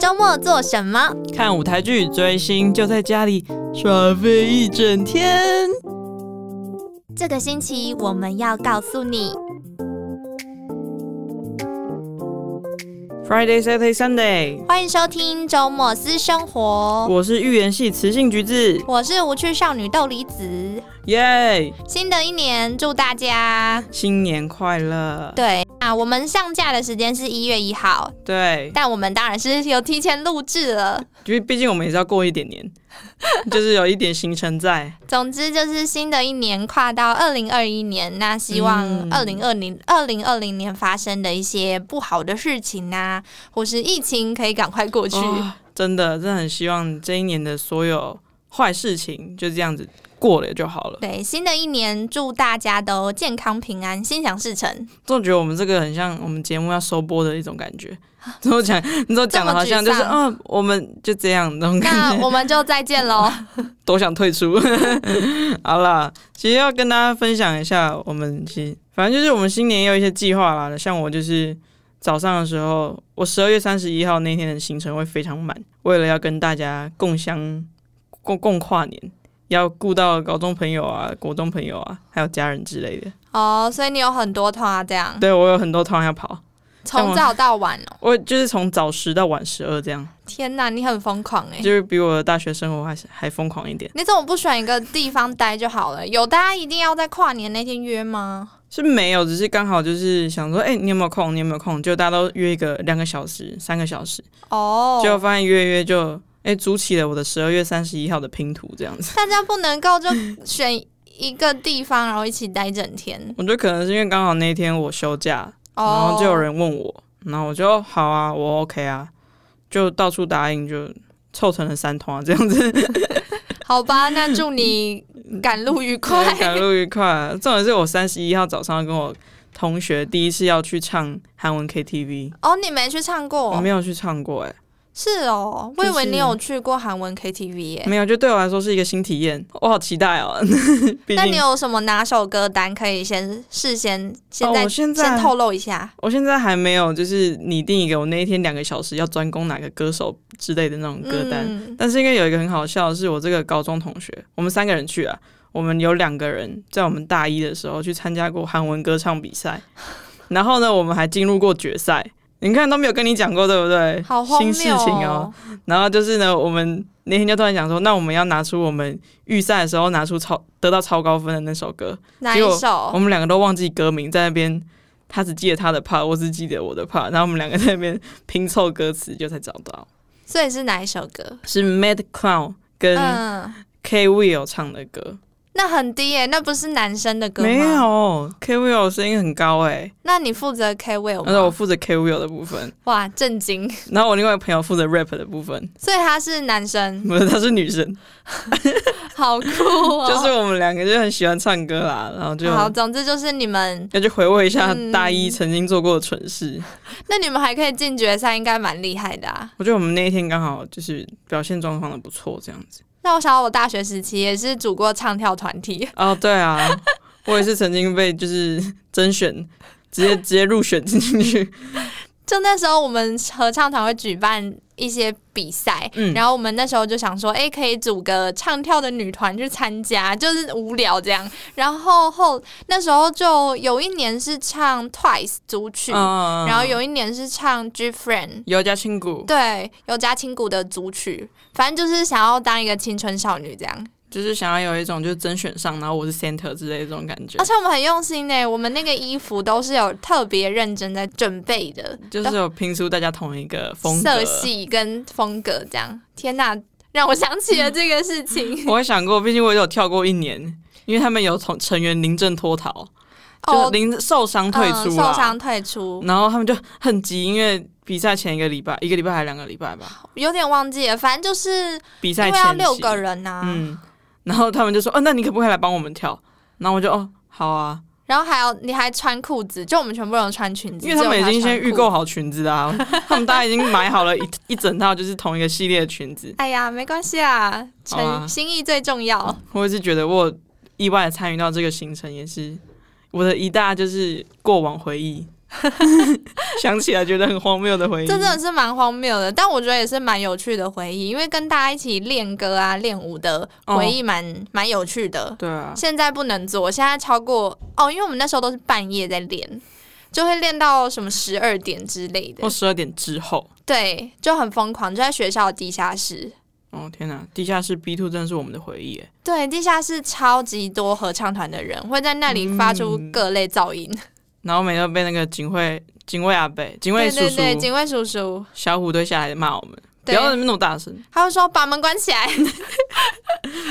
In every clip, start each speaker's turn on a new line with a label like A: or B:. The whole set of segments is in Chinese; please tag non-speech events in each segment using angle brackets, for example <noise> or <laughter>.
A: 周末做什么？
B: 看舞台剧、追星，就在家里耍废一整天。
A: 这个星期我们要告诉你。
B: Friday, Saturday, Sunday，
A: 欢迎收听周末私生活，
B: 我是预言系雌性橘子，
A: 我是无趣少女豆梨子。
B: 耶、
A: 新的一年，祝大家
B: 新年快乐！
A: 对啊，我们上架的时间是一月一号，
B: 对，
A: 但我们当然是有提前录制了。
B: 因为毕竟我们也是要过一点
A: <laughs>
B: 年，就是有一点行程在。
A: 总之就是新的一年跨到二零二一年，那希望
B: 嗯
A: 二零二零二零二零年发生的一些不好的事情啊，或是疫情可以赶快过去。
B: 哦真的，真的很希望这一年的所有坏事情就这样子过了就好了。
A: 对，新的一年祝大家都健康平安、心想事
B: <laughs>
A: 成。
B: 总觉得我们这个很像我们节目要收播的一种感觉。怎么讲？你都讲的好像就是
A: 啊这么沮丧
B: 嗯、我们就这样那种
A: 那
B: 感觉，
A: 我们就再见喽。
B: <laughs> 都想退出。 <laughs> 好啦，其实要跟大家分享一下，我们其实反正就是我们新年也有一些计划啦。像我就是早上的时候，我十二月三十一号那天的行程会非常满，为了要跟大家共襄共共跨年，要顾到高中朋友啊、国中朋友啊，还有家人之类的。
A: 哦，所以你有很多团啊，这
B: <laughs>
A: 样
B: 对我有很多团要跑。
A: 从早到晚哦。
B: 我就是从早十到晚十二这样，
A: 天哪，你很疯狂哎、
B: 就是比我的大学生活还是还疯狂一点。
A: 你怎么不选一个地方待就好了？有大家一定要在跨年那天约吗？
B: 是没有，只是刚好就是想说，哎、你有没有空？你有没有空？就大家都约一个两个小时、三个小时，
A: 哦，
B: 结果发现约一约就，哎、组起了我的十二月三十一号的拼图这样子。
A: 大家不能够就选一个地方，然后一起待一整天。
B: 我觉得可能是因为刚好那一天我休假，然
A: 哦，
B: 后就有人问我，然后我就好啊，我 OK 啊，就到处答应，就凑成了三团这样子。
A: 好吧，那祝你赶路愉
B: <laughs>
A: 快。
B: 赶路愉快。啊重点是我三十一号早上跟我同学第一次要去唱韩文 KTV，、
A: 哦，你没去唱
B: 我
A: 过
B: 没？有去唱过、欸，
A: 是哦，我
B: 就
A: 以
B: 是
A: 为你有去过韩文 KTV 耶、
B: 没有，就对我来说是一个新体验，我好期待哦。 <laughs> 毕
A: 那你
B: 竟
A: 有什么哪首歌单可以先事先现
B: 哦
A: 在
B: 我现在
A: 先透露一下？
B: 我现在还没有就是拟定一个我那一天两个小时要专攻哪个歌手之类的那种歌单，
A: 嗯、
B: 但是因为有一个很好笑的是，我这个高中同学，我们三个人去啊，我们有两个人在我们大一的时候去参加过韩文歌唱比
A: <laughs>
B: 赛，然后呢，我们还进入过决赛。你看都没有跟你讲过，对不对？
A: 好荒
B: 新
A: 谬
B: 事情哦。！然后就是呢，我们那天就突然讲说，那我们要拿出我们预赛的时候拿出超得到超高分的那首歌，
A: 哪
B: 结果
A: 一首
B: 我？们两个都忘记歌名，在那边他只记得他的 part，我只记得我的 part，然后我们两个在那边拼凑歌词，就才找到
A: 所以是哪一首歌？
B: 是 Mad Clown 跟
A: 嗯，
B: K Will 唱的歌，
A: 那很低耶、那不是男生的歌吗？
B: 没。有 K Will 声音很高哎、
A: 那你负责 K w i l
B: 然后呃我
A: 吗？
B: 负责 K Will 的部分，
A: 哇，震惊！
B: 然后我另外一个朋友负责 rap 的部分，
A: 所以他是男生，
B: <laughs> 不是她是女生，
A: 好酷哦！
B: 就是我们两个就很喜欢唱歌啦，然后就
A: 好，总之就是你们，
B: 要去回味一下
A: 嗯
B: 大一曾经做过的蠢事。
A: 那你们还可以进决赛，应该蛮厉害的啊。
B: 我觉得我们那一天刚好就是表现状况的不错，这样子。
A: 那我想到我大学时期也是组过唱跳团体，
B: 哦，对啊，我也是曾经被就是甄选，直接直接入选进去。
A: 就那时候我们合唱团会举办一些比赛，
B: 嗯
A: 然后我们那时候就想说，哎、可以组个唱跳的女团去参加，就是无聊这样。然后后那时候就有一年是唱 Twice 组
B: <laughs>
A: 曲，
B: 嗯
A: 然后有一年是唱 G Friend。
B: 尤加庆谷，
A: 对，有加青谷的组曲，反正就是想要当一个青春少女这样。
B: 就是想要有一种就是甄选上，然后我是 center 之类的这种感觉
A: 而，且我们很用心呢，我们那个衣服都是有特别认真在准备的，
B: 就是有拼出大家同一个风
A: 色。
B: 格
A: 系跟风格这样。天哪，让我想起了这个事情
B: 我也想过，毕竟我有跳过一年，因为他们有从成员临阵脱逃， <laughs> 就
A: 哦，
B: 临受伤退
A: 嗯，
B: 出啊
A: 受
B: 啦。
A: 伤退出，
B: 然后他们就很急，因为比赛前一个礼拜，一个礼拜还两个礼拜吧，
A: 有点忘记了，反正就是
B: 比赛
A: 因为
B: 前
A: 要
B: 夕
A: 六个人啊呐、
B: 嗯，然后他们就说，哦，那你可不可以来帮我们跳？然后我就哦，好啊，
A: 然后还有你还穿裤子，就我们全部人穿裙子，
B: 因为他们已经先预
A: 只有
B: 购
A: 他穿裤子。
B: 好裙子啦、 <laughs> 他们大家已经买好了一一整套，就是同一个系列的裙子。
A: 哎呀，没关系啊，诚、
B: 好啊嗯
A: 心意最重要。
B: 我也是觉得我意外的参与到这个行程，也是我的一大就是过往回忆。 <laughs> 想起来觉得很荒谬的回忆。
A: 这真的是蛮荒谬的，但我觉得也是蛮有趣的回忆，因为跟大家一起练歌啊、练舞的回忆蛮蛮、有趣的。
B: 对啊，
A: 现在不能做，现在超过哦，因为我们那时候都是半夜在练，就会练到什么十二点之类的
B: 或，哦十二点之后。
A: 对，就很疯狂，就在学校的地下室。
B: 哦天哪，地下室 B two 真的是我们的回忆耶。
A: 对，地下室超级多合唱团的人会在那里
B: 嗯
A: 发出各类噪音。
B: 然后每次被那个警卫、警卫阿伯、警
A: 对
B: 卫叔
A: 对
B: 叔、
A: 对，警卫叔叔，
B: 小虎队下来骂我们，不
A: 对
B: 要那么大声。
A: 他会说把门关起来。
B: <laughs>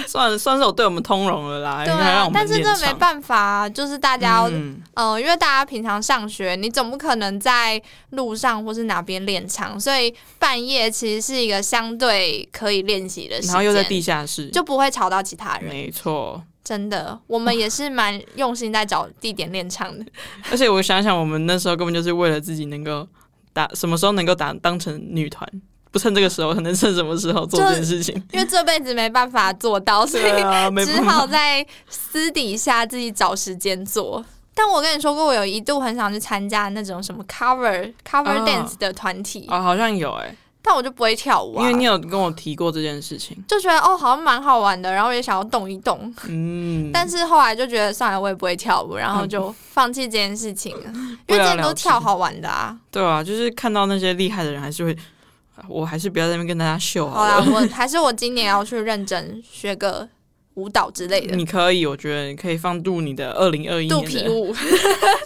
B: 算了，算是我对我们通融了啦，
A: 对
B: 哎还让
A: 啊
B: 我，们
A: 但是这没
B: 法，
A: 办法啊，就是大家要
B: 嗯
A: 嗯，因为大家平常上学，你总不可能在路上或是哪边练唱，所以半夜其实是一个相对可以练习的时间，
B: 然后又在地下室，
A: 就不会吵到其他人。
B: 没错。
A: 真的，我们也是蛮用心在找地点练唱
B: <laughs>
A: 的。
B: 而且我想想，我们那时候根本就是为了自己能够打，什么时候能够打当成女团，不趁这个时候，可能趁什么时候做
A: 就
B: 这件事情。
A: 因为这辈子没办法做到，所以
B: 对啊， <laughs> 没
A: 只
B: 办法。
A: 好在私底下自己找时间做。但我跟你说过，我有一度很想去参加那种什么 cover cover
B: 啊
A: dance 的团体，
B: 哦，好像有哎、
A: 但我就不会跳舞、
B: 因
A: 啊，
B: 为你有跟我提过这件
A: <laughs>
B: 事情。
A: 就觉得哦，好像蛮好玩的，然后也想要动一动。
B: 嗯，
A: 但是后来就觉得算了，我也不会跳舞，然后就放弃这件事情了，
B: <laughs>
A: 因为
B: 不了
A: 之前都
B: 啊了之
A: 跳好玩的啊。
B: 对啊，就是看到那些厉害的人，还是会，我还是不要在那边跟大家秀
A: 好
B: 好
A: 啦
B: 了。，
A: 我 <laughs> 还是我今年要去认真学个舞蹈之类的，
B: 你可以，我觉得你可以放入你的二零二一
A: 肚
B: 年
A: 皮
B: 的。
A: 舞。 <laughs>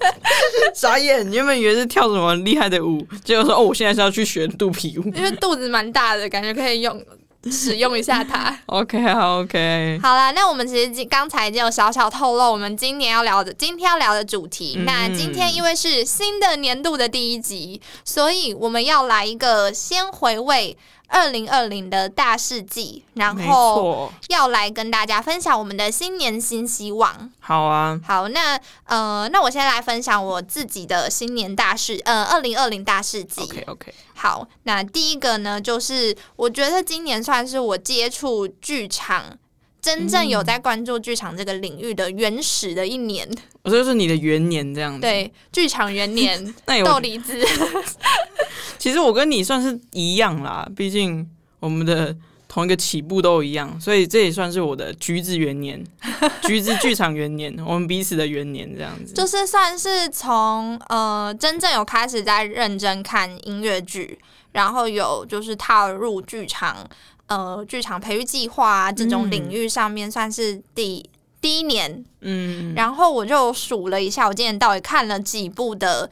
B: 傻眼，你原本以为是跳什么厉害的舞，结果说哦，我现在是要去学肚皮舞。
A: 因为肚子蛮大的，感觉可以用使用一下它。
B: <laughs> OK，好，OK，
A: 好啦，那我们其实今刚才已经有小小透露，我们今年要聊的今天要聊的主题。
B: 嗯
A: 那今天因为是新的年度的第一集，所以我们要来一个先回味二零二零的大事记，然
B: 没
A: 后
B: 错，
A: 要来跟大家分享我们的新年新希望。
B: 好啊，
A: 好，那呃，那我先来分享我自己的新年大事，呃，二零二零大事记。
B: OK OK，
A: 好，那第一个呢，就是我觉得今年算是我接触剧场。真正有在关注剧场这个领域的原始的一年，
B: 我这就是你的元年这样子。，
A: 对剧场元
B: <laughs>
A: 年
B: 那有
A: 豆，梨子，
B: 其实我跟你算是一样啦，毕竟我们的同一个起步都一样，所以这也算是我的橘子
A: <laughs>
B: 元年，橘子剧场元年，我们彼此的元年这样子。
A: 就是算是从呃真正有开始在认真看音乐剧，然后有就是踏入剧场呃剧场培育计划啊这种领域上面，算是第、第一年
B: 嗯，
A: 然后我就数了一下，我今年到底看了几部的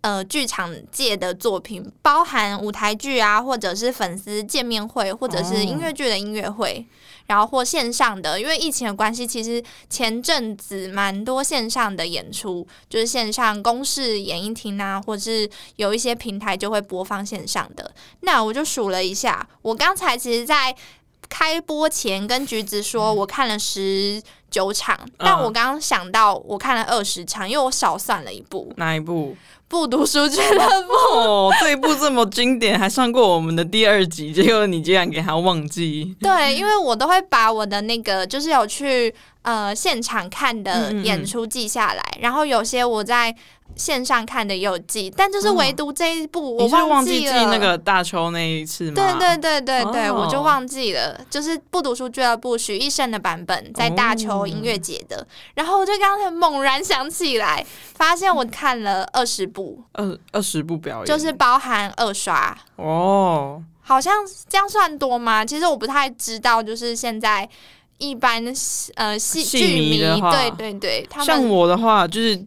A: 呃剧场界的作品，包含舞台剧啊，或者是粉丝见面会，或者是音乐剧的音乐会，然后或线上的，因为疫情的关系，其实前阵子蛮多线上的演出，就是线上公视演艺厅啊，或是有一些平台就会播放线上的。那我就数了一下，我刚才其实，在开播前跟橘子说，我看了十九场，但我刚刚想到我看了二十场，因为我少算了一部《
B: 哪一部？
A: 不读书俱乐
B: <laughs>
A: 部》。
B: 哦，这一部这么经典，还上过我们的第二集，结果你竟然给他忘记。
A: 对，因为我都会把我的那个就是有去呃现场看的
B: 嗯嗯嗯
A: 演出记下来，然后有些我在线上看的也有记，但就是唯独这一部我
B: 哦你是忘
A: 记
B: 记
A: 了。
B: 那个大邱那一次吗？
A: 对对对对对，
B: 哦
A: 我就忘记了，就是不读书俱乐部许医生的版本，在大邱
B: 哦
A: 音乐节的。然后我就刚才猛然想起来，发现我看了二十部，
B: 二二十部表演，
A: 就是包含二刷，
B: 哦，
A: 好像这样算多吗？其实我不太知道，就是现在一般呃戏
B: 戏
A: 剧
B: 迷的话
A: 对对对，他
B: 像
A: 们
B: 我的话，就是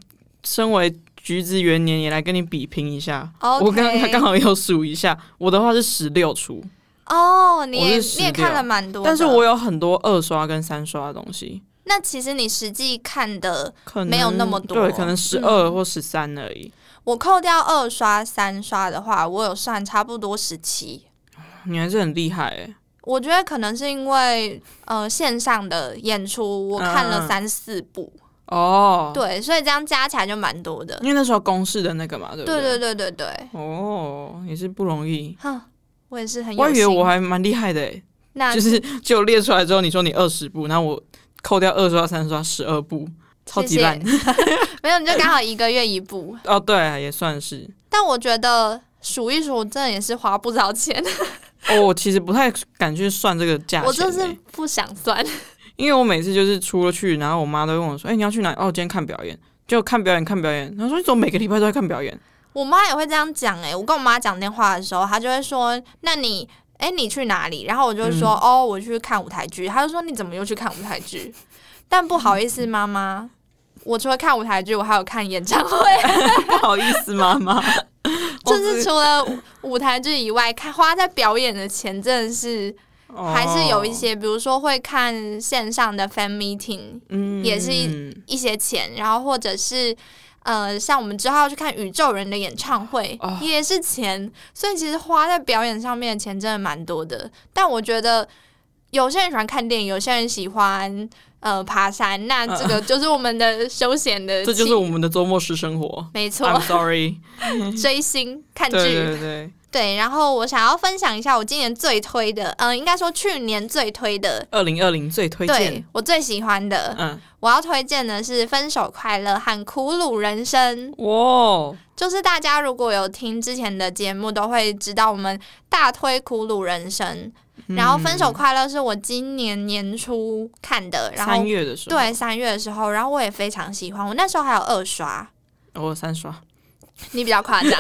B: 身为橘子元年，也来跟你比拼一下。我刚刚
A: 哦 OK
B: 好有数一下，我的话是十六出，
A: 哦，你
B: 我
A: 也
B: 是
A: 你也
B: 16
A: 看了蛮多的，
B: 但是我有很多二刷跟三刷的东西，
A: 那其实你实际看的，
B: 可能
A: 没有那么多嗯
B: 对，可能十二或十三而已。
A: 我扣掉二刷三刷的话，我有算差不多十七。
B: 你还是很厉害哎、
A: 我觉得可能是因为呃线上的演出，我看
B: 嗯
A: 了
B: 嗯
A: 三四部，
B: 哦，，
A: 对，所以这样加起来就蛮多的。
B: 因为那时候公式的那个嘛，对不
A: 对
B: 对
A: 对对对对，
B: 哦，也是不容易。
A: 哼，我也是很有
B: 我以为
A: 幸
B: 我还蛮厉害的哎、
A: 那
B: <laughs> 就是就列出来之后，你说你二十部，然后我扣掉二刷、三刷，十二部，超级烂。
A: 没有，你就刚好一个月一部。
B: 哦，对、啊，也算是。
A: 但我觉得数一数，真的也是花不少钱。
B: 哦，我其实不太敢去算这个价钱、欸，
A: 我真是不想算。
B: 因为我每次就是出了去，然后我妈都会问我说：“哎、欸，你要去哪？”哦，我今天看表演，就看表演，看表演。她说：“你怎么每个礼拜都在看表演？” <laughs>
A: 我妈也会这样讲哎、欸，我跟我妈讲电话的时候，她就会说：“那你，哎、欸，你去哪里？”然后我就说：“嗯、哦，我去看舞台剧。”她就说：“你怎么又去看舞台剧？”但不好意思，妈妈，我除了看舞台剧，我还有看演唱会。
B: 不好意思，妈妈，
A: <laughs>
B: 哦
A: 就是除了舞台剧以外，看花在表演的钱真的是。还是有一些，比如说会看线上的 fan meeting，、嗯、
B: 哦
A: 也是一一些钱，然后或者是呃，像我们之后要去看宇宙人的演唱会，哦、也是钱，所以其实花在表演上面的钱真的蛮多的。但我觉得有些人喜欢看电影，有些人喜欢呃爬山，那这个就是我们的休闲
B: <laughs>
A: 的、呃，
B: 嗯这就是我们的周末式生活。
A: <laughs> 没错
B: ，I'm sorry，
A: 追星 <laughs> 看剧，
B: 对对对。
A: 对，然后我想要分享一下我今年最推的，嗯、呃，应该说去年最推的，
B: 二零二零最推荐，
A: 对我最喜欢的，嗯，我要推荐的是《分手快乐》和《苦鲁人生》。
B: 哇，
A: 就是大家如果有听之前的节目，都会知道我们大推《苦鲁人生》，
B: 嗯
A: 然后《分手快乐》是我今年年初看的，然后
B: 三月的时候，
A: 对，三月的时候，然后我也非常喜欢，我那时候还有二刷， <laughs>
B: 我、哦、三刷。 <laughs>
A: 你比较夸张，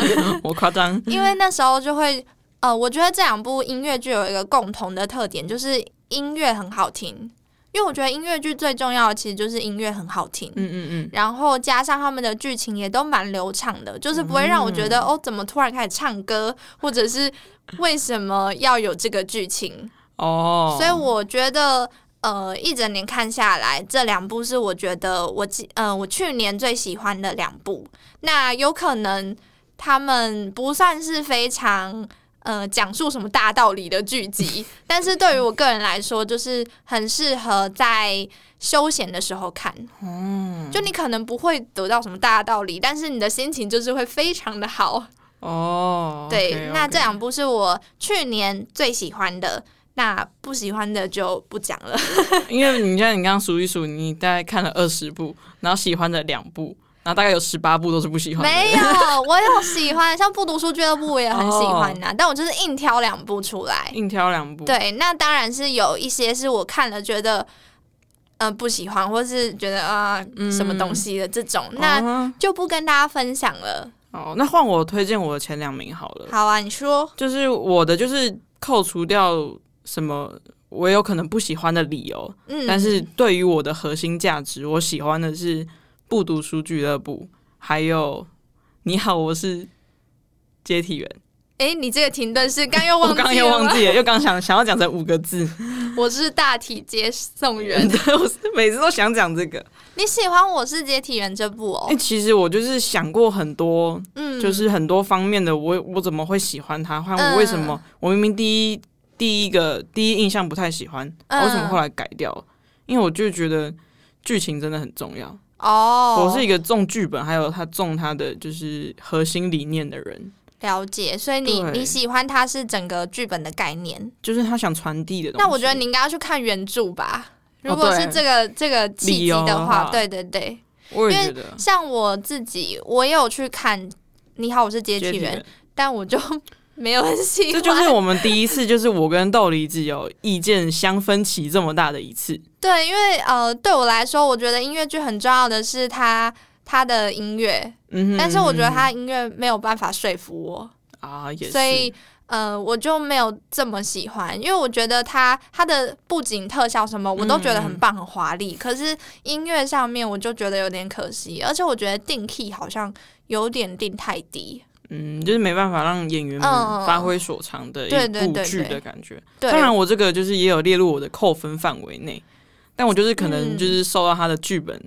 B: 我夸张，
A: 因为那时候就会，呃，我觉得这两部音乐剧有一个共同的特点，就是音乐很好听。因为我觉得音乐剧最重要的其实就是音乐很好听，
B: 嗯嗯嗯，
A: 然后加上他们的剧情也都蛮流畅的，就是不会让我觉得、嗯、哦，怎么突然开始唱歌，或者是为什么要有这个剧情
B: 哦。
A: 所以我觉得，呃，一整年看下来，这两部是我觉得我记，呃，我去年最喜欢的两部。那有可能他们不算是非常呃讲述什么大道理的剧
B: <laughs>
A: 集，但是对于我个人来说，就是很适合在休闲的时候看。
B: 嗯，
A: 就你可能不会得到什么大道理，但是你的心情就是会非常的好。
B: 哦，
A: 对
B: ，okay, okay
A: 那这两部是我去年最喜欢的，那不喜欢的就不讲了。
B: 因为你像你刚刚数一数，你大概看了二十部，然后喜欢的两部。然后大概有十八部都是不喜欢的，
A: <laughs> 没有，我有喜欢，像不读书俱乐部我也很喜
B: 哦
A: 欢呐、啊，oh, 但我就是硬挑两部出来，
B: 硬挑两部。
A: 对，那当然是有一些是我看了觉得，呃，不喜欢，或是觉得啊、呃嗯、什么东西的这种，那就不跟大家分享了。
B: 哦，那换我推荐我的前两名好了。
A: 好啊，你说。
B: 就是我的，就是扣除掉什么我有可能不喜欢的理由，嗯，但是对于我的核心价值，我喜欢的是。不读书俱乐部，还有你好，我是接体员。
A: 哎、欸，你这个停顿是刚又忘记了，
B: 刚又忘记了，又刚想想要讲成五个字。 <laughs>
A: 我是大体接送员，
B: 对，我每次都想讲这个。
A: <laughs> 你喜欢我是接体员这部哦？
B: 哎、欸，其实我就是想过很多，嗯，就是很多方面的我，我怎么会喜欢他？换我为什么？嗯、我明明第一第一个第一印象不太喜欢，嗯、为什么后来改掉？因为我就觉得剧情真的很重要。
A: 哦
B: ，oh, 我是一个重剧本，还有他重他的就是核心理念的人。
A: 了解，所以你你喜欢他是整个剧本的概念，
B: 就是他想传递的东
A: 西。那我觉得你应该要去看原著
B: 哦
A: 吧，如果是这个、哦、这个契机的话，
B: 的
A: 对对对。
B: 我也
A: 觉得，像我自己，我也有去看《你好，我是接替人》，但我
B: <laughs>
A: 就。没有很喜欢，
B: 这就是我们第一次，就是我跟豆梨子有意见相分歧这么大的一次。
A: <laughs> 对，因为呃，对我来说，我觉得音乐剧很重要的是它它的音乐，
B: 嗯，
A: 但是我觉得它音乐没有办法说服我
B: 啊，也
A: 所以呃，我就没有这么喜欢，因为我觉得它它的布景特效什么我都觉得很棒、嗯、很华丽，可是音乐上面我就觉得有点可惜，而且我觉得定 key 好像有点定太低。
B: 嗯，就是没办法让演员们发挥所长的一部剧的感觉。
A: 对
B: 当然，我这个就是也有列入我的扣分范围内，但我就是可能
A: 嗯
B: 就是受到他的剧本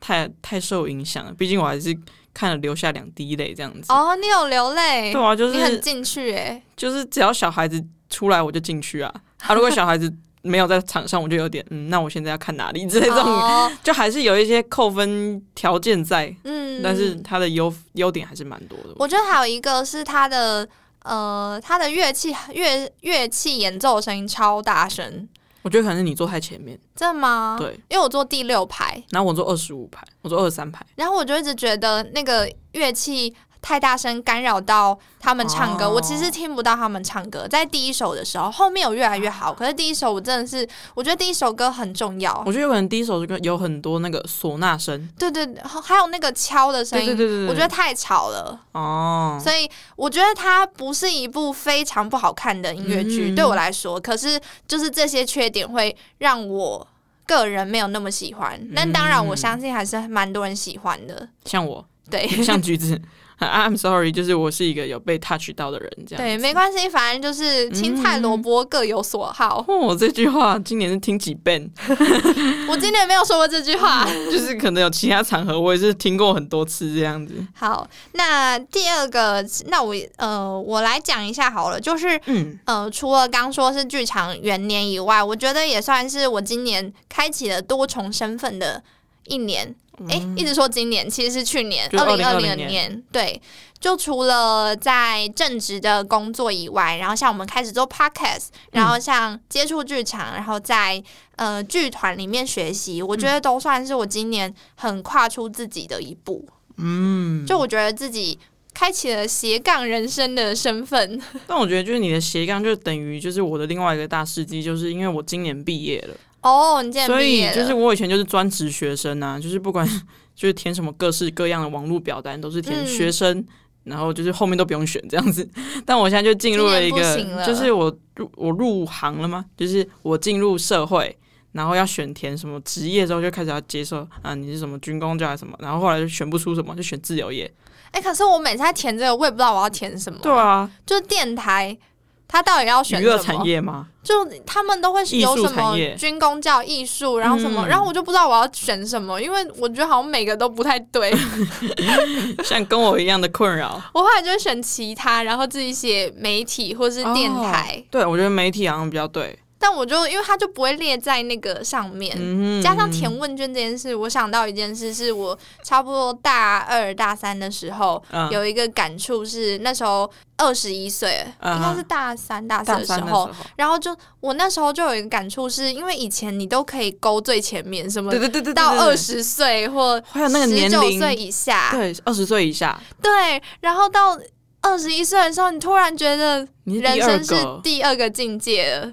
B: 太、嗯、太受影响了。毕竟我还是看了流下两滴泪这样子。
A: 哦，你有流泪？
B: 对啊，就是
A: 你很进去哎、欸，
B: 就是只要小孩子出来我就进去啊。啊，如果小孩子没有在场上，我就有点嗯，那我现在要看哪里之类 <laughs> 这种，哦、就还是有一些扣分条件在。
A: 嗯。
B: <laughs> 但是它的优优点还是蛮多的。
A: 我觉得还有一个是它的呃，它的乐器乐乐器演奏的声音超大声，
B: 我觉得可能是你坐太前面，
A: 真的吗？
B: 对，
A: 因为我坐第六排，
B: 然后我坐二十五排，我坐二十三排，
A: 然后我就一直觉得那个乐器太大声，干扰到他们唱歌。
B: 哦
A: 我其实听不到他们唱歌，在第一首的时候，后面有越来越好，可是第一首我真的是，我觉得第一首歌很重要
B: 我。觉得有可能第一首歌有很多那个唢呐声，
A: 对对，对还有那个敲的声
B: 对
A: 音，
B: 对对对，对
A: 我觉得太吵了。
B: 哦，
A: 所以我觉得它不是一部非常不好看的音乐剧，
B: 嗯
A: 对我来说，可是就是这些缺点会让我个人没有那么喜欢。但当然，
B: 嗯
A: 我相信还是蛮多人喜欢的。
B: 像我，
A: 对
B: 像橘子 <laughs> 啊，I'm sorry，就是我是一个有被 touch 到的人，这样。嗯
A: 对，没关系，反正就是青菜萝卜各有所好。 <laughs>
B: 哦，我这句话今年是听几遍，
A: 我今年没有说过这句话。
B: <laughs> 就是可能有其他场合我也是听过很多次这样子。
A: 好，那第二个，那我呃，我来讲一下好了，就是
B: 嗯，
A: 呃，除了刚说是剧场元年以外，我觉得也算是我今年开启了多重身份的一年。诶，一直说今年，其实是去年
B: 就是
A: 嗯二零二
B: 2020
A: 零年。对，就除了在正职的工作以外，然后像我们开始做 podcast，然后像接触剧场，然后在呃剧团里面学习，我觉得都算是我今年很跨出自己的一步。嗯，就我觉得自己开启了斜杠人生的身份。
B: 但我觉得就是你的斜杠就等于就是我的另外一个大事迹，就是因为我今年毕业了，
A: 哦，你今年
B: 所
A: 毕
B: 以
A: 业
B: 就是
A: 了
B: 我以前就是专职学生啊，就是不管 <laughs> 就是填什么各式各样的网络表单都是填
A: 嗯
B: 学生。然后就是后面都不用选这样子， <laughs> 但我现在就进入一
A: 今年
B: 个
A: 不行，了
B: 就是我入我入行了吗？就是我进入社会，然后要选填什么职业之后，就开始要接受啊，你是什么军工教还是什么，然后后来就选不出什么，就选自由业。
A: 哎、可是我每次在填这个，我也不知道我要填什么。
B: 对，啊，
A: 就是电台，它到底要选
B: 娱
A: 什么？
B: 乐产业吗？ <laughs>
A: 就他们都会有
B: 艺术
A: 什
B: 产
A: 么
B: 业
A: 军工教艺术，然后什么，
B: 嗯
A: 然后我就不知道我要选什么，因为我觉得好像每个都不太对。
B: <laughs> 像跟我一样的困扰。
A: 我后来就会选其他，然后自己写媒体或是电台，
B: 哦对，我觉得媒体好像比较对。
A: 但我就因为它就不会列在那个上面。
B: 嗯
A: 加上填问卷这件事，我想到一件事，是我差不多大二大三的时候，
B: 嗯
A: 有一个感触是，那时候二十一岁，
B: 嗯
A: 应该是大三、大四
B: 大
A: 的时
B: 三的时
A: 候
B: 候。，
A: 然后就我那时候就有一个感触，是因为以前你都可以勾最前面，什么
B: 对对对对，
A: 到
B: 对
A: 二，十啊岁或
B: 还有那个年
A: 十九
B: 龄
A: 岁以下，
B: 对对，二十岁以下，
A: 对，然后到二十一岁的时候，你突然觉得
B: 你是
A: 人
B: 第二
A: 生是
B: 个，
A: 第二个境界了。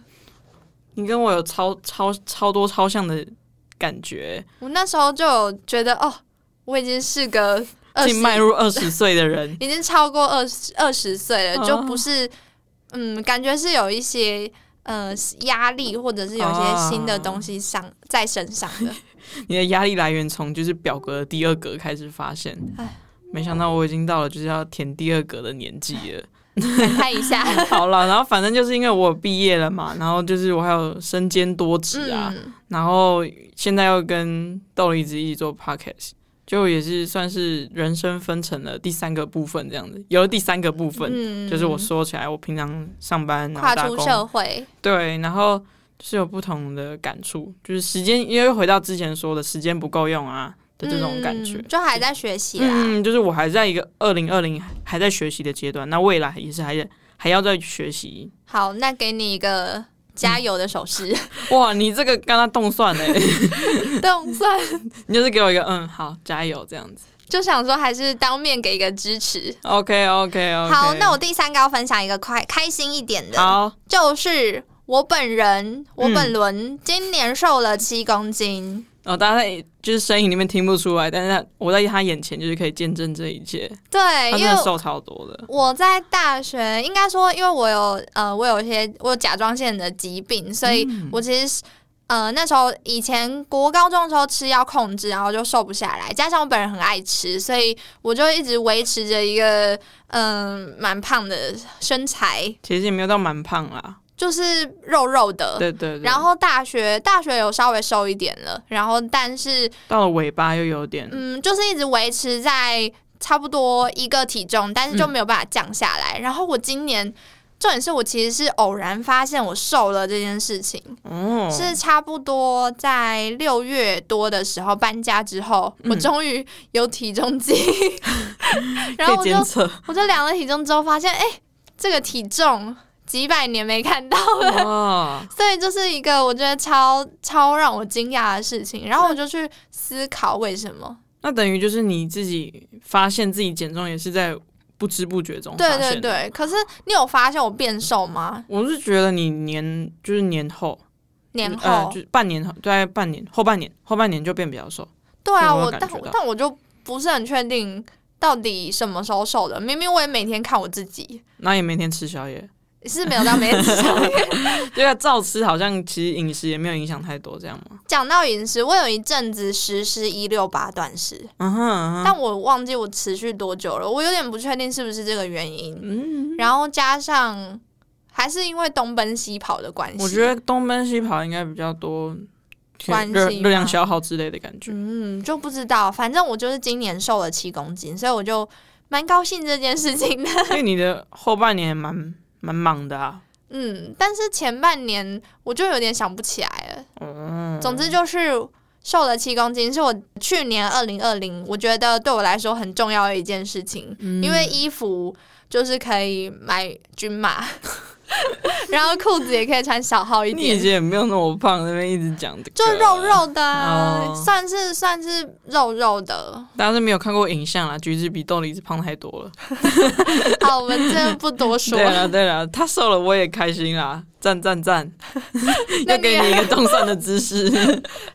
B: 你跟我有超超超多超像的感觉，
A: 我那时候就有觉得，哦，我已经是个二十，
B: 进迈入二十岁的人 <laughs>
A: 已经超过二十二十岁了，
B: 哦
A: 就不是，嗯，感觉是有一些呃压力，或者是有一些新的东西上、在身上的。
B: 你的压力来源从就是表格的第二格开始发现
A: 唉。
B: 没想到我已经到了就是要填第二格的年纪了。
A: 感叹一下，
B: 好了，然后反正就是因为我毕业了嘛，然后就是我还有身兼多职啊，
A: 嗯，
B: 然后现在又跟豆梨子一起做 podcast，就也是算是人生分成了第三个部分这样子，有了第三个部分，
A: 嗯
B: 就是我说起来我平常上班然后
A: 跨
B: 打
A: 出
B: 工，
A: 社会，嗯
B: 对，然后就是有不同的感触，就是时间，因为回到之前说的时间不够用啊的这种感觉
A: 嗯。啊就还在学习啦。
B: 嗯，就是我还在一个二零二零还在学习的阶段，那未来也是还在还要再学习。
A: 好，那给你一个加油的手势，
B: 哇，你这个刚刚动算嘞，
A: 动算
B: <laughs> 你就是给我一个嗯，好，加油这样子。
A: 就想说还是当面给一个支持。
B: OK OK OK。
A: 好，那我第三个要分享一个快开心一点的，
B: 好，
A: 就是我本人，我
B: 嗯
A: 本轮、今年瘦了七公斤，
B: 哦，大家在就是身影里面听不出来，但是他我在他眼前就是可以见证这一切，
A: 对，
B: 他
A: 哎因
B: 真的
A: 为。
B: 瘦超多的。
A: 我在大学，应该说，因为我有呃，我有一些我有甲状腺的疾病，所以
B: 嗯
A: 我其实是、呃那时候以前国高中的时候吃药控制，然后就瘦不下来，加上我本人很爱吃，所以我就一直维持着一个嗯蛮、胖的身材，
B: 其实也没有到蛮胖啦，
A: 就是肉肉的。
B: 对对
A: 呃
B: 对。
A: 然后大学大学有稍微瘦一点了，然后但是
B: 到了尾巴又有点，
A: 嗯，就是一直维持在差不多一个体重，但是就没有办法降下来。
B: 嗯
A: 然后我今年。重点是我其实是偶然发现我瘦了这件事情，
B: 哦，
A: 嗯是差不多在六月多的时候搬家之后，
B: 嗯
A: 我终于有体重
B: <laughs>
A: 计，然后
B: 可以
A: 我
B: 监
A: 就
B: 测。
A: 我就量了体重之后发现，哎、这个体重几百年没看到 <laughs> 了，
B: 哇，
A: 所以这是一个我觉得超超让我惊讶的事情。然后我就去思考为什么。
B: 那等于就是你自己发现自己减重也是在不知不觉中
A: 对
B: 发
A: 对
B: 现的。
A: 对，可是你有发现我变瘦吗？
B: 我是觉得你年就是年后，
A: 年后、
B: 呃，就是半年后，大概半年后半年后半年就变比较瘦。
A: 对啊，
B: 有没有
A: 我
B: 感
A: 但
B: 觉到
A: 但我就不是很确定到底什么时候瘦的。明明我也每天看我自己，
B: 那也每天吃宵夜，
A: 是没有到每天吃宵夜。
B: <laughs> 对啊，照吃好像其实饮食也没有影响太多，这样吗？
A: <laughs> 讲到饮食，我有一阵子实施一六八断食，
B: 嗯哼嗯哼，
A: 但我忘记我持续多久了，我有点不确定是不是这个原因。
B: 嗯
A: 然后加上还是因为东奔西跑的关系，
B: 我觉得东奔西跑应该比较多
A: 关系
B: 热
A: 吗
B: 热量消耗之类的感觉。
A: 嗯就不知道，反正我就是今年瘦了七公斤，所以我就蛮高兴这件事情的。
B: 因为你的后半年也蛮蛮忙的啊。
A: 嗯，但是前半年我就有点想不起来了。
B: 哦，
A: 总之就是瘦了七公斤，是我去年二零二零，我觉得对我来说很重要的一件事情，
B: 嗯
A: 因为衣服就是可以买均
B: <laughs>
A: 码，然后裤子也可以穿小号一
B: 你以
A: 点。
B: 前也没有那么胖，那边一直讲的，
A: 就肉，肉的、啊
B: 哦
A: 算是算是肉肉的。
B: 大家是没有看过影像啦，橘子比豆梨子胖太多了。
A: 好，我们这不多说
B: <laughs> 对。啊了对了，他瘦了我也开心啦，赞赞赞！
A: <laughs> 那
B: 又
A: 你
B: 给你一个动算的姿势。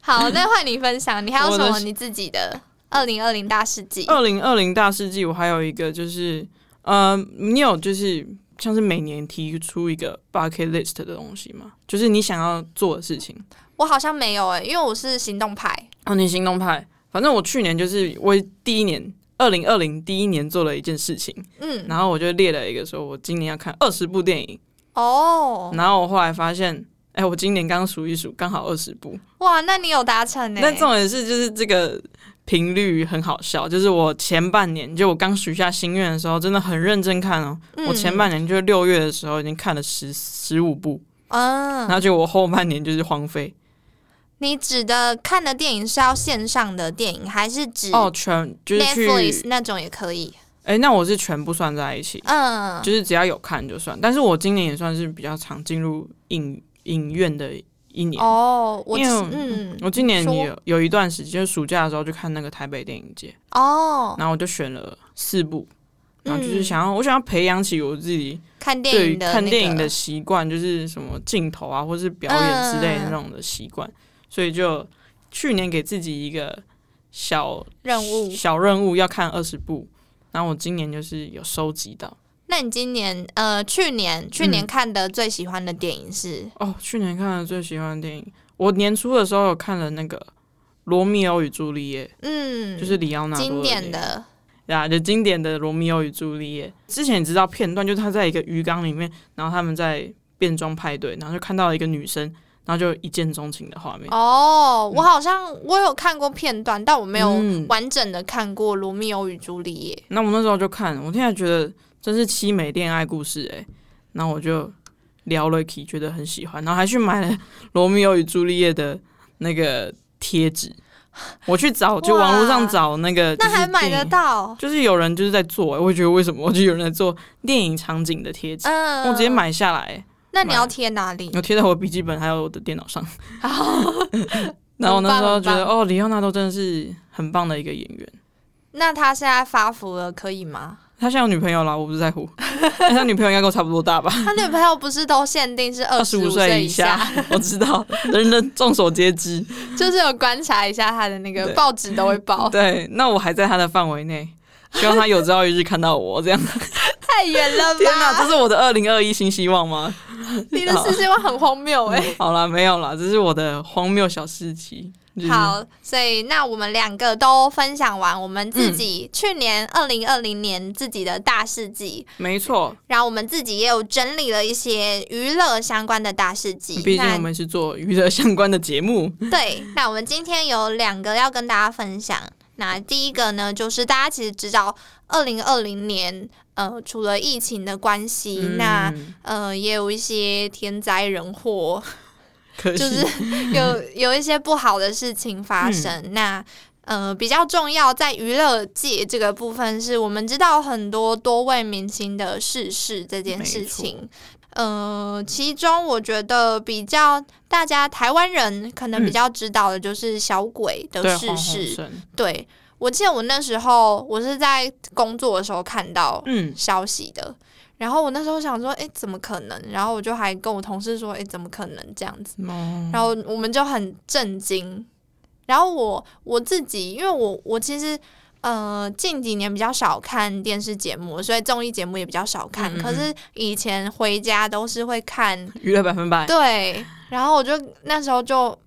A: 好，那换你分享，你还有
B: 我
A: 什
B: 的
A: 么你自己的二零二零大事记？
B: 二零二零大世纪，我还有一个就是，呃，你有就是像是每年提出一个 bucket list 的东西吗？就是你想要做的事情。
A: 我好像没有哎、因为我是行动派。
B: 哦，你行动派。反正我去年就是我第一年，二零二零第一年做了一件事情，
A: 嗯，
B: 然后我就列了一个说，我今年要看二十部电影。
A: 哦，
B: 然后我后来发现，哎、我今年刚数一数，刚好二十部。
A: 哇，那你有达成欸呢、
B: 但重点是，就是这个频率很好笑。就是我前半年，就我刚许下心愿的时候，真的很认真看哦。
A: 嗯
B: 我前半年就是六月的时候已经看了十十五部，然
A: 嗯，
B: 后结果我后半年就是荒废
A: 你指的看的电影是要线上的电影，还是指
B: 哦，全就是去
A: Netflix 那种也可以？
B: 哎、那我是全部算在一起，
A: 嗯，
B: 就是只要有看就算。但是我今年也算是比较常进入影影院的一年。
A: 哦，我
B: 因为我
A: 嗯，
B: 我今年
A: 说
B: 有有一段时间，就是暑假的时候去看那个台北电影节，
A: 哦，
B: 然后我就选了四部，然后就是
A: 嗯
B: 想要、我想要培养起我自己
A: 看电
B: 对于
A: 影的、那
B: 看
A: 个
B: 电影的习惯，就是什么镜头啊，或是表演之类的那种的习
A: 嗯
B: 惯，所以就去年给自己一个小
A: 任务。
B: 小任务要看二十部，然后我今年就是有收集到
A: 那你今年呃，去年去
B: 嗯
A: 年看的最喜欢的电影是？
B: 哦。去年看的最喜欢的电影，我年初的时候有看了那个《罗密欧与朱丽叶》，
A: 嗯，
B: 就是里奥纳多
A: 经
B: 电
A: 典
B: 影
A: 的，
B: 对啊，就经典的《罗密欧与朱丽叶》。之前你知道片段，就是他在一个鱼缸里面，然后他们在变装派对，然后就看到了一个女生，然后就一见钟情的画面。
A: 哦，我好像我有看过片段，但我没有
B: 嗯
A: 完整的看过《罗密欧与朱丽叶
B: 那我那时候就看，我现在觉得真是凄美恋爱故事哎、然后我就聊了 k 觉得很喜欢，然后还去买了《罗密欧与朱丽叶》的那个贴纸。我去找，就网络上找那个》，，
A: <laughs> 那
B: 就是
A: 还买
B: 电
A: 得
B: 影？
A: 到？
B: 就是有人就是在做、欸，我也觉得为什么？我就有人在做电影场景的贴纸，
A: 嗯，
B: 我直接。买下来欸、
A: 那你
B: 买
A: 要贴哪里？
B: 我贴在我笔记本还有我的电脑上。然后我那时候觉得，
A: 很
B: 哦，里奥纳多真的是很棒的一个演员。
A: <laughs> 那他现在发福了，可以吗？
B: 他现在有女朋友了，我不是在乎。 <laughs> 但他女朋友应该跟我差不多大吧，
A: 他女朋友不是都限定是
B: 二
A: 二
B: 十
A: 五
B: 五岁
A: 以，
B: 下，<laughs> 我知道，人人众所皆知。
A: <laughs> 就是有观察一下他的那个
B: 对
A: 报纸都会报，
B: 对，那我还在他的范围内，希望他有朝一日看到我这样。 <laughs>
A: 太远了
B: 天哪，
A: 吧？
B: 这是我的二零二一新希望吗？
A: 你的世界观很荒谬哎、
B: 好啦，没有啦，这是我的荒谬小事情。就是，
A: 好，所以那我们两个都分享完我们自
B: 嗯
A: 己去年二零二零年自己的大事记，
B: 没错，
A: 然后我们自己也有整理了一些娱乐相关的大事记。
B: 毕竟
A: 那
B: 我们是做娱乐相关的节目。
A: 对，那我们今天有两个要跟大家分享。那第一个呢，就是大家其实知道，二零二零年，呃，除了疫情的关系，那
B: 嗯
A: 呃也有一些天灾人祸，
B: <laughs> 可惜
A: 就是
B: <laughs>
A: 有有一些不好的事情发生。
B: 嗯
A: 那呃，比较重要在娱乐界这个部分，是我们知道很多多位明星的逝世这件
B: 没
A: 事
B: 错
A: 情。呃，其中我觉得比较大家台湾人可能比较知道的就是小鬼的
B: 嗯对，
A: 逝
B: 黄
A: 世
B: 鸿。升，
A: 对我记得我那时候我是在工作的时候看到
B: 嗯，
A: 消息的，然后我那时候想说，哎、怎么可能？然后我就还跟我同事说，哎、怎么可能这样子？
B: 哦，
A: 然后我们就很震惊。然后我我自己，因为我我其实呃近几年比较少看电视节目，所以综艺节目也比较少看。
B: 嗯嗯嗯
A: 可是以前回家都是会看，
B: 娱乐百分百，
A: 对。然后我就那时候就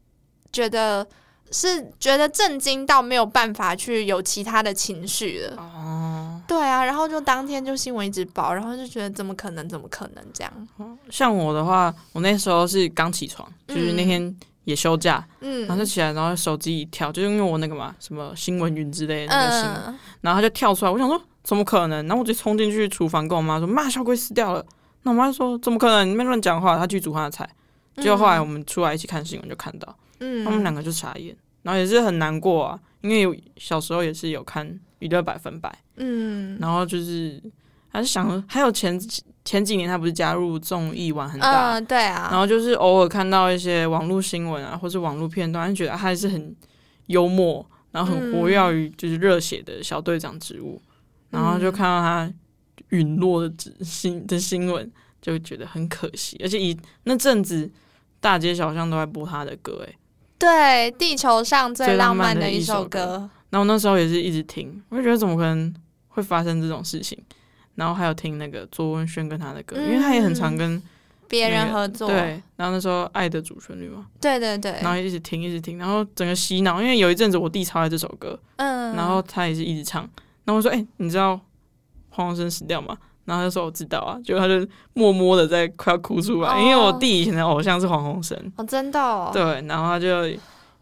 A: 觉得是觉得震惊到没有办法去有其他的情绪了。
B: 哦，
A: 对啊，然后就当天就新闻一直报，然后就觉得怎么可能，怎么可能这样？
B: 像我的话，我那时候是刚起床，就是
A: 嗯
B: 那天也休假，
A: 嗯，
B: 然后就起来，然后手机一跳，就是因为我那个嘛，什么新闻云之类的那个新闻，
A: 嗯，
B: 然后他就跳出来，我想说怎么可能？然后我就冲进去厨房跟我妈说：“妈，小鬼死掉了。”那我妈就说：“怎么可能？你们乱讲话。”她去煮她的菜。结果后来我们出来一起看新闻，就看到、
A: 嗯，
B: 他们两个就傻眼，然后也是很难过啊，因为有小时候也是有看《娱乐百分百》，
A: 嗯，
B: 然后就是还是想说，还有前前几年他不是加入综艺玩很大，
A: 嗯，对
B: 然
A: 啊，
B: 后就是偶尔看到一些网络新闻啊，或是网络片段，就觉得他还是很幽默，然后很活跃于就是热血的小队长职务，然后就看到他陨落的指新的新闻，就觉得很可惜。而且以那阵子大街小巷都在播他的歌，哎诶，
A: 对，地球上最
B: 最浪
A: 浪
B: 漫
A: 漫
B: 的
A: 的
B: 一
A: 一
B: 首
A: 首歌，
B: 然后我那时候也是一直听，我就觉得怎么可能会发生这种事情。然后还有听那个卓文萱跟他的歌，因为他也很常跟
A: 别
B: 那
A: 人
B: 个
A: 合作，
B: 对，然后那时候《爱的主旋律》嘛，
A: 对对啊对，
B: 然后一直听一直听，然后整个洗脑，因为有一阵子我弟超爱这首歌，
A: 嗯，
B: 然后他也是一直唱，然后我说：“哎、你知道黄鸿升死掉吗？”然后他就说：“我知道啊。”结果他就默默的在快要哭出来，
A: 哦
B: 因为我弟以前的偶像是黄鸿升，
A: 哦，真的哦，
B: 对，然后他就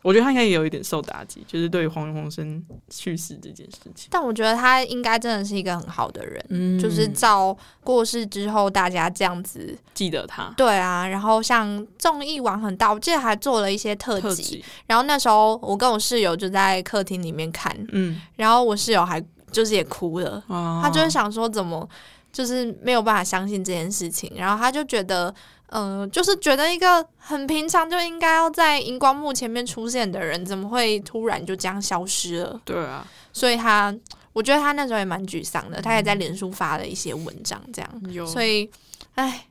B: 我觉得他应该也有一点受打击，就是对于黄鸿升去世这件事情，
A: 但我觉得他应该真的是一个很好的人，
B: 嗯
A: 就是照过世之后大家这样子，
B: 记得他
A: 对啊，然后像综艺玩很大，我记得还做了一些特
B: 特
A: 辑，
B: 辑，
A: 然后那时候我跟我室友就在客厅里面看，
B: 嗯，
A: 然后我室友还就是也哭了，
B: 啊
A: 他就是想说怎么就是没有办法相信这件事情，然后他就觉得，嗯、就是觉得一个很平常就应该要在荧光幕前面出现的人，怎么会突然就这样消失了？
B: 对啊，
A: 所以他，我觉得他那时候也蛮沮丧的，他也在脸书发了一些文章，这样，
B: 有，
A: 所以，唉，
B: 嗯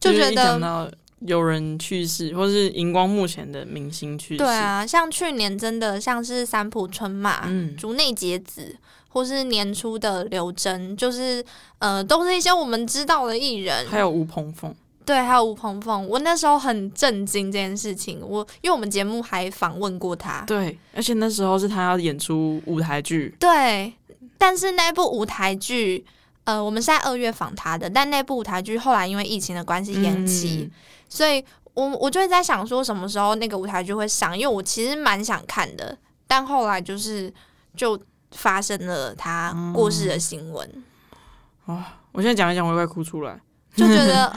B: 就
A: 就是觉
B: 一
A: 得
B: 想到有人去世，或是荧光幕前的明星去世，
A: 对啊，像去年真的像是三浦春马、
B: 嗯
A: 竹内结子，或是年初的刘真，就是呃，都是一些我们知道的艺人。
B: 还有吴鹏凤，
A: 对，还有吴鹏凤，我那时候很震惊这件事情。我因为我们节目还访问过他，
B: 对，而且那时候是他要演出舞台剧，
A: 对，但是那部舞台剧。呃，我们是在二月访他的，但那部舞台剧后来因为疫情的关系
B: 嗯
A: 延期，所以我我就会在想说什么时候那个舞台剧会上，因为我其实蛮想看的，但后来就是就发生了他过世的新闻，
B: 嗯。我现在讲一讲，我也快哭出来。
A: 就觉得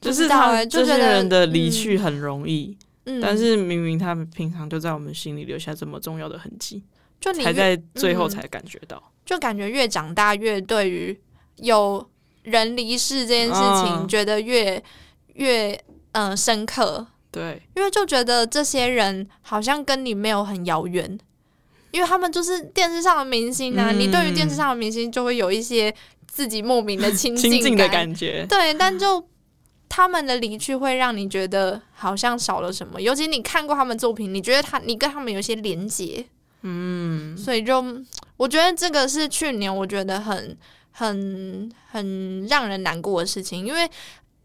B: 就
A: 不
B: 是
A: 知道
B: 他
A: 欸就
B: 这些
A: 觉得
B: 人的离去很容易，
A: 嗯，
B: 但是明明他们平常就在我们心里留下这么重要的痕迹，
A: 就你
B: 才
A: 越
B: 在最
A: 嗯
B: 后才感觉到。
A: 就感觉越长大越对于有人离世这件事情、
B: 嗯
A: 觉得越越嗯、呃深刻，
B: 对，
A: 因为就觉得这些人好像跟你没有很遥远，因为他们就是电视上的明星啊，
B: 嗯
A: 你对于电视上的明星就会有一些自己莫名的亲
B: 亲近
A: 近
B: 的
A: 感，啊
B: 感觉。
A: 对，但就。他们的离去会让你觉得好像少了什么，尤其你看过他们作品，你觉得他你跟他们有一些连结，
B: 嗯，
A: 所以就我觉得这个是去年我觉得很很很让人难过的事情，因为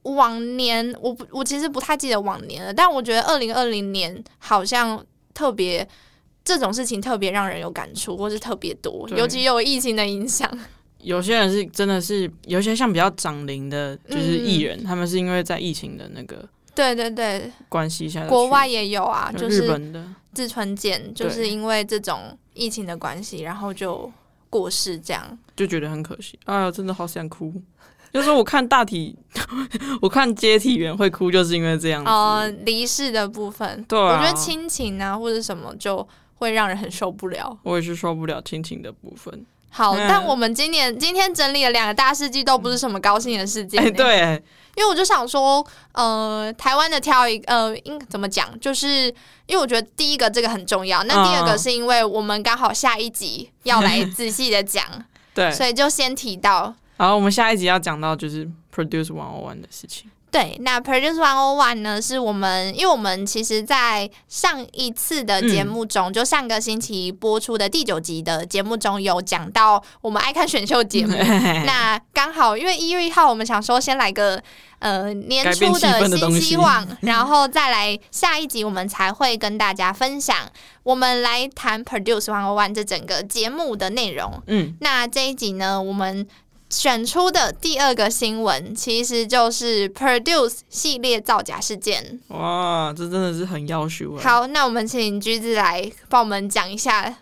A: 往年我不我其实不太记得往年了，但我觉得二零二零年好像特别这种事情特别让人有感触，或是特别多，
B: 对
A: 尤其有疫情的影响。
B: 有些人是真的是，有些像比较长龄的，
A: 嗯
B: 就是艺人，他们是因为在疫情的那个
A: 对对对，
B: 关系下，
A: 国外也有啊，
B: 有
A: 就
B: 日
A: 是
B: 本的，
A: 志村健就是因为这种疫情的关系，然后就过世这样。
B: 就觉得很可惜。哎呀，真的好想哭。就是我看大体， <laughs> 我看接体员会哭，就是因为这样子。
A: 哦，离世的部分，
B: 对
A: 我
B: 啊
A: 觉得亲情啊或者什么就会让人很受不了。
B: 我也是受不了亲情的部分，
A: 好，
B: 嗯
A: 但我们今年今天整理了两个大事迹，都不是什么高兴的事件、
B: 哎、对，
A: 因为我就想说，呃，台湾的挑一呃，应怎么讲？就是因为我觉得第一个这个很重要，那第二个
B: 嗯
A: 是因为我们刚好下一集要
B: <laughs>
A: 来仔细的讲，
B: 对。
A: 所以就先提到。
B: 好，我们下一集要讲到就是 produce one o one 的事情。
A: 对，那 Produce One O One 呢，是我们，因为我们其实，在上一次的节目中，就上个星期播出的第九集的节目中，有讲到我们爱看选秀节目，
B: <laughs>
A: 那刚好，因为一月一号，我们想说先来个呃年
B: 改变
A: 初
B: 气氛的东
A: 新
B: 西
A: 希望，然后再来下一集，我们才会跟大家分享，我们来谈 Produce One O One 这整个节目的内容。
B: 嗯，
A: 那这一集呢，我们选出的第二个新闻，其实就是 Produce 系列造假事件。
B: 哇，这真的是很要求啊。
A: 好，那我们请橘子来帮我们讲一下。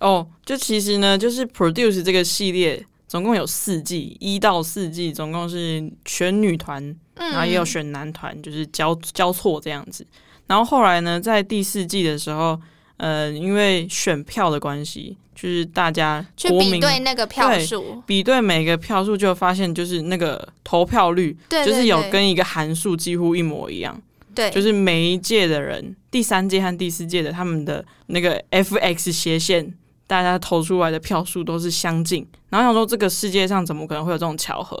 B: 哦，就其实呢，就是 Produce 这个系列总共有四季，一到四季总共是选女团，
A: 嗯，
B: 然后也有选男团，就是交交错这样子。然后后来呢，在第四季的时候，呃，因为选票的关系，就是大家
A: 去
B: 国
A: 比
B: 民
A: 对那个票
B: 对
A: 数，
B: 比对每个票数，就发现就是那个投票率，
A: 对
B: 就是有
A: 对对
B: 跟一个函数几乎一模一样，
A: 对，
B: 就是每一届的人，第三届和第四届的他们的那个 F_x 斜线，大家投出来的票数都是相近。然后想说，这个世界上怎么可能会有这种巧合？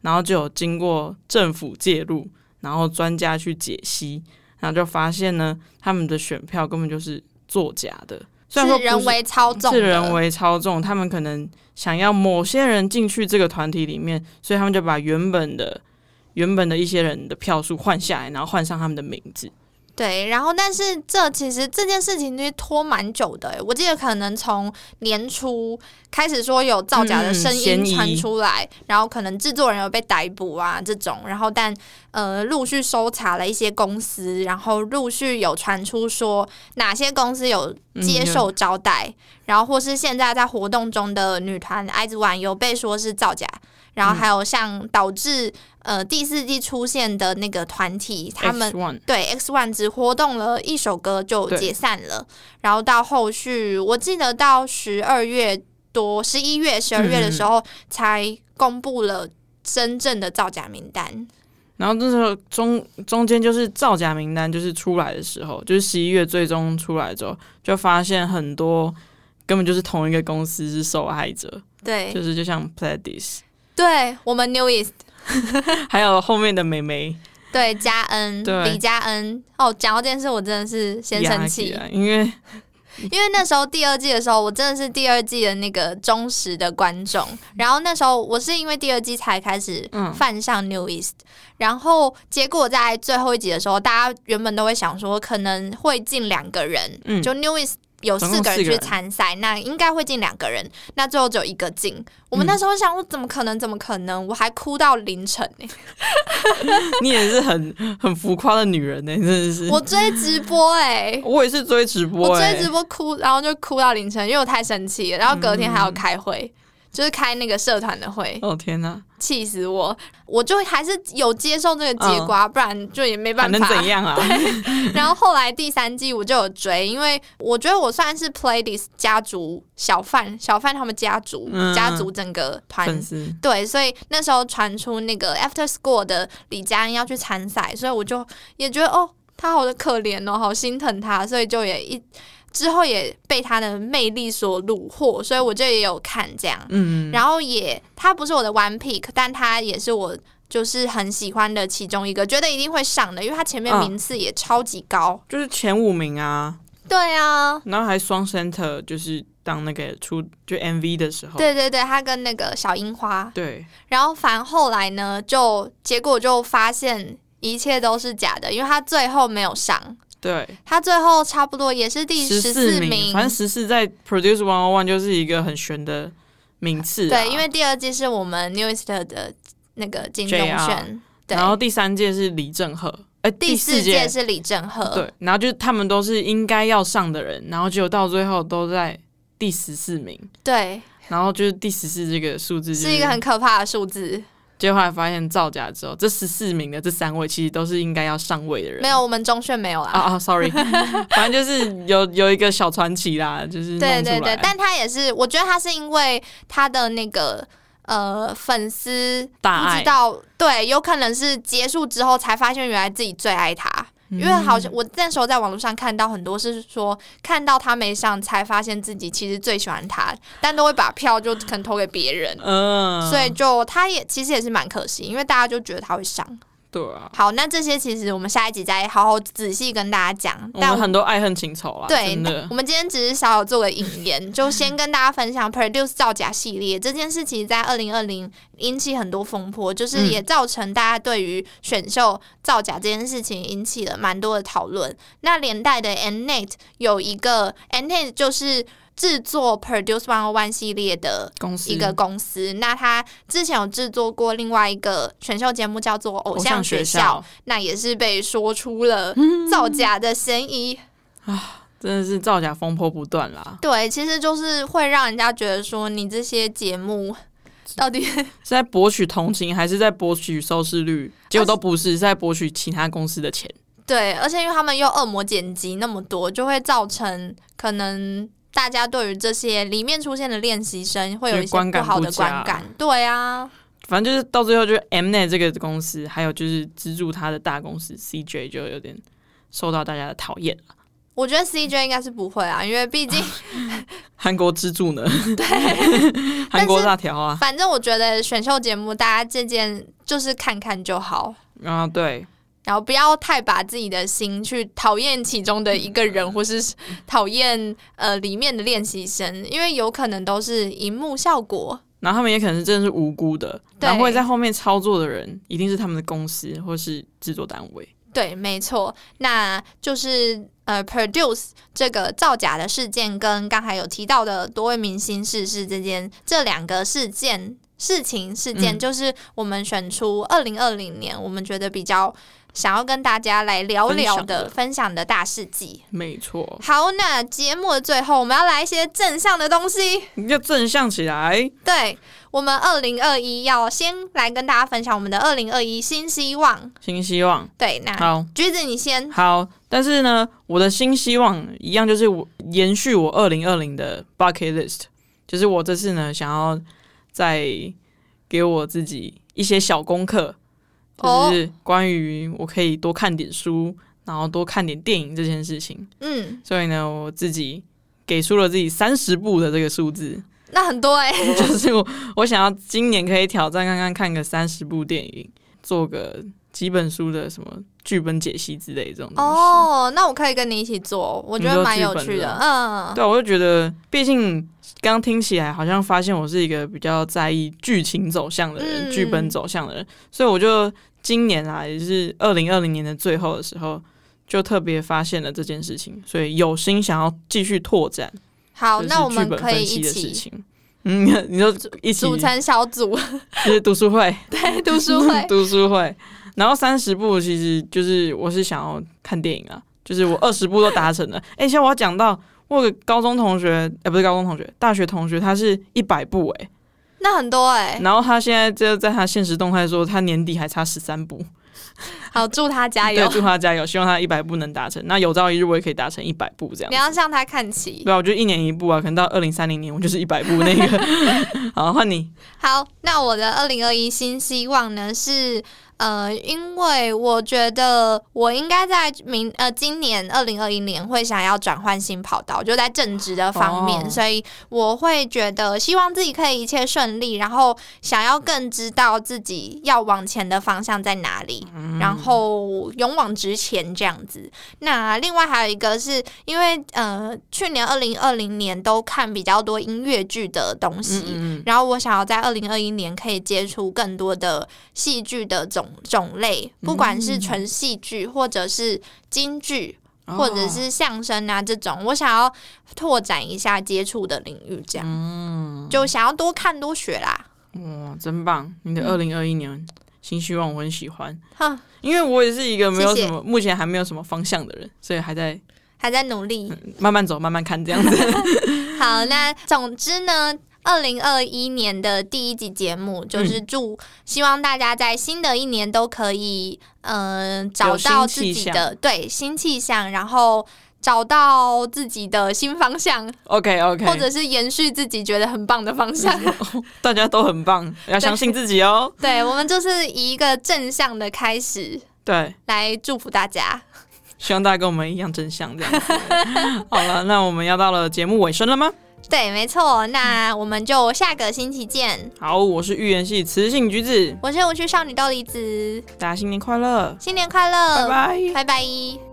B: 然后就有经过政府介入，然后专家去解析，然后就发现呢，他们的选票根本就是作假的。虽然说
A: 是
B: 不
A: 人为操纵的，
B: 是人为操纵，他们可能想要某些人进去这个团体里面，所以他们就把原本的原本的一些人的票数换下来，然后换上他们的名字。
A: 对，然后但是这其实这件事情其实拖蛮久的欸，我记得可能从年初开始说有造假的
B: 嗯
A: 声
B: 嫌
A: 音
B: 疑
A: 传出来，然后可能制作人有被逮捕啊这种，然后但呃陆续搜查了一些公司，然后陆续有传出说哪些公司有
B: 嗯
A: 接受招待，然后或是现在在活动中的女团 IZONE 有被说是造假，然
B: 嗯
A: 后还有像导致呃第四季出现的那个团体，他们
B: X1
A: 对 X One 只活动了一首歌就
B: 对
A: 解散了，然后到后续我记得到十二月多、十一月、十二月
B: 嗯
A: 的时候才公布了真正的造假名单。
B: 然后那时候中中间就是造假名单，就是出来的时候，就是十一月最终出来之后，就发现很多根本就是同一个公司是受害者，
A: 对，
B: 就是就像 Pledis，
A: 对我们 New East
B: 还有后面的美眉
A: 对嘉恩
B: 对
A: 李嘉恩哦，讲到这件事我真的是先生气，
B: Yaki 啊因为
A: 因为那时候第二季的时候，我真的是第二季的那个忠实的观众。然后那时候我是因为第二季才开始
B: 嗯
A: 犯上 New East，、然后结果在最后一集的时候，大家原本都会想说可能会进两个人，
B: 嗯
A: 就 New East。有
B: 总
A: 四
B: 共
A: 个人
B: 四个
A: 去
B: 人
A: 参赛，那应该会进两个人，那最后只有一个进。我
B: 嗯
A: 们那时候想，我怎么可能？怎么可能？我还哭到凌晨欸
B: <laughs>
A: 呢、
B: 你也是很很浮夸的女人呢、欸真的是。
A: 我追直播哎、
B: 我也是追直播、
A: 我
B: 欸，
A: 追直播哭，然后就哭到凌晨，因为我太生气了。然后隔天还
B: 嗯
A: 要开会，就是开那个社团的会，
B: 哦天哪、
A: 气死我！我就还是有接受这个结果啊，不然就也没 <laughs> 办
B: 反正
A: 法。
B: 嗯怎样啊？
A: 然后后来第三季我就有追，因为我觉得我算是 Playlist 家族小范小范他们家族、
B: 嗯
A: 家族整个团
B: 粉。丝
A: 对，所以那时候传出那个 After School 的李佳恩要去参赛，所以我就也觉得哦，他好可怜哦，好心疼他，所以就也一之后也被他的魅力所虏获，所以我就也有看这样。
B: 嗯，
A: 然后也，他不是我的 one pick，但他也是我就是很喜欢的其中一个，觉得一定会上的，因为他前面
B: 嗯
A: 名次也超级高。
B: 就是前五名啊，
A: 对啊，
B: 然后还双 center，就是当那个出就 MV 的时候，
A: 对对对，他跟那个小樱花，
B: 对
A: 然后反正后来呢，就结果就发现一切都是假的，因为他最后没有上，
B: 对，
A: 他最后差不多也是第十
B: 四
A: 四名，
B: 反正啊十四在 Produce One One 就是一个很悬的名次、啊，
A: 对，因为第二季是我们 Newest 的那个金钟
B: JR
A: 铉，对
B: 然，后第三届是李正赫，哎、
A: 第
B: 四
A: 四届是李正赫，
B: 对，然后就是他们都是应该要上的人，然后结果到最后都在第十四名，
A: 对，
B: 然后就是第十四这个数字、就是
A: 一个很可怕的数字。
B: 结果后来发现造假之后，这十四名的这三位其实都是应该要上位的人。
A: 没有，我们中炫没有啦。
B: 啊啊，sorry，反正 <laughs> 就是有有一个小传奇啦，就是弄出
A: 对
B: 来
A: 对对，但他也是，我觉得他是因为他的那个呃粉丝
B: 大
A: 不
B: 爱
A: 知道，对，有可能是结束之后才发现原来自己最爱他。
B: 嗯
A: 因为好像我那时候在网络上看到很多是说，看到他没上才发现自己其实最喜欢他，但都会把票就可能投给别人，
B: 嗯，
A: 所以就他也其实也是蛮可惜，因为大家就觉得他会上。
B: 对啊，
A: 好，那这些其实我们下一集再好好仔细跟大家讲。
B: 我
A: 但
B: 们很多爱恨情仇啊，
A: 对
B: 真的，
A: 我们今天只是小小做个引言，就先跟大家分享 Produce 造假系列这件事情，在二零二零引起很多风波，就是
B: 嗯
A: 也造成大家对于选秀造假这件事情引起了蛮多的讨论。那连带的 Mnet 有一个 Mnet 就是制作 Produce One oh One 系列的
B: 公司
A: 一个公司，那他之前有制作过另外一个选秀节目叫做《偶
B: 偶
A: 像
B: 像
A: 学
B: 学
A: 校》，那也是被说出
B: <laughs>
A: 了造假的嫌疑。
B: 真的是造假风波不断啦，
A: 对，其实就是会让人家觉得说你这些节目到底 <laughs>
B: 是在博取同情还是在博取收视率？结果都不是，是在博取其他公司的钱。
A: 对，而且因为他们又恶魔剪辑那么多，就会造成可能大家对于这些里面出现的练习生会有一
B: 就
A: 些
B: 是观感
A: 好的
B: 不佳
A: 观感。对啊，
B: 反正就是到最后，就是 Mnet 这个公司，还有就是资助他的大公司 CJ 就有点受到大家的讨厌。
A: 我觉得 CJ 应该是不会啊，因为毕
B: <laughs>
A: 竟
B: 韩国资助呢？
A: 对，
B: 韩国辣条啊
A: 反正我觉得选秀节目大家这件就是看看就好。
B: 啊，对，
A: 然后不要太把自己的心去讨厌其中的一个
B: 嗯
A: 人，或是讨厌呃里面的练习生，因为有可能都是荧幕效果。
B: 然后他们也可能是真的是无辜的，
A: 对
B: 然后会在后面操作的人，一定是他们的公司或是制作单位。
A: 对，没错，那就是呃，produce 这个造假的事件跟刚才有提到的多位明星逝世之间这两个事件事情事件，
B: 嗯
A: 就是我们选出二零二零年我们觉得比较想要跟大家来聊聊
B: 分享
A: 的
B: 的
A: 分享的大事记。
B: 没错，
A: 好，那节目的最后，我们要来一些正向的东西。
B: 你要正向起来。
A: 对我们二零二一要先来跟大家分享我们的二零二一新希望。
B: 新希望。
A: 对，那
B: 好
A: 橘子你先。
B: 好，但是呢，我的新希望一样就是我延续我二零二零的 bucket list，就是我这次呢想要再给我自己一些小功课，
A: 哦
B: 就是关于我可以多看点书，然后多看点电影这件事情。
A: 嗯，
B: 所以呢，我自己给出了自己三十部的这个数字， <laughs>
A: 那很多哎、
B: 就是我我想要今年可以挑战看看看个三十部电影，做个几本书的什么剧本解析之类这种东西。
A: 哦，那我可以跟你一起做，我觉
B: 嗯你
A: 得
B: 说
A: 蛮有
B: 剧本
A: 趣的。
B: 的
A: 嗯，
B: 对啊，我就觉得，毕竟刚听起来好像发现我是一个比较在意剧情走向的人，
A: 嗯
B: 剧本走向的人，所以我就今年啊，也是二零二零年的最后的时候，就特别发现了这件事情，所以有心想要继续拓展，
A: 好，
B: 就是
A: 那我
B: 剧
A: 们
B: 本
A: 可以
B: 分析
A: 一
B: 的事
A: 起
B: 情。嗯， <laughs> 你就一起
A: 组成小组， <laughs>
B: 就是读书会，。
A: 对，读书会
B: <laughs> 读书会。然后三十部其实就是我是想要看电影啊，就是我二十部都达成了。 <laughs> 哎、像我要讲到我有个高中同学，哎、不是高中同学，大学同学，他是一百部哎、
A: 那很多哎、
B: 然后他现在就在他现实动态说他年底还差十三部，
A: 好，祝他加
B: 对，
A: 油！
B: 祝他加油，希望他一百部能达成。那有朝一日我也可以达成一百部这样
A: 你
B: 子。
A: 要向他看齐。
B: 对啊，我就一年一部啊，可能到二零三零年我就是一百部那个。
A: <laughs>
B: 好，换你。
A: 好，那我的二零二一新希望呢是，呃，因为我觉得我应该在明呃今年二零二一年会想要转换新跑道，就在正职的方面，
B: 哦
A: 所以我会觉得希望自己可以一切顺利，然后想要更知道自己要往前的方向在哪里，
B: 嗯
A: 然后勇往直前这样子。那另外还有一个是因为呃去年二零二零年都看比较多音乐剧的东西，
B: 嗯嗯
A: 然后我想要在二零二一年可以接触更多的戏剧的种种类，不管是纯戏剧，或者是京剧，
B: 嗯，
A: 或者是相声啊这种，我想要拓展一下接触的领域，这样、就想要多看多学啦。
B: 哇，真棒！你
A: 嗯
B: 的二零二一年新希望我很喜欢。
A: 哼，
B: 因为我也是一个没有
A: 谢谢
B: 什么，目前还没有什么方向的人，所以还在
A: 还在努力。 <laughs>
B: 慢慢走、慢慢看这样子。
A: 好，那总之呢，二零二一年的第一集节目，
B: 嗯
A: 就是祝希望大家在新的一年都可以，嗯、找到自己的对新气象，然后找到自己的新方向，
B: OK OK，
A: 或者是延续自己觉得很棒的方
B: <laughs>
A: 向。
B: 大家都很棒，要相信自己哦。
A: 对，我们就是以一个正向的开始
B: 对，
A: 来祝福大家。
B: 希望大家跟我们一样真相这样子。 <laughs> 好了，那我们要到了节目尾声了吗？
A: 对，没错，那我们就下个星期见。
B: 好，我是预言系雌性橘子，
A: 我是无趣少女豆梨子，
B: 大家新年快乐，
A: 新年快乐，
B: 拜拜。
A: 拜拜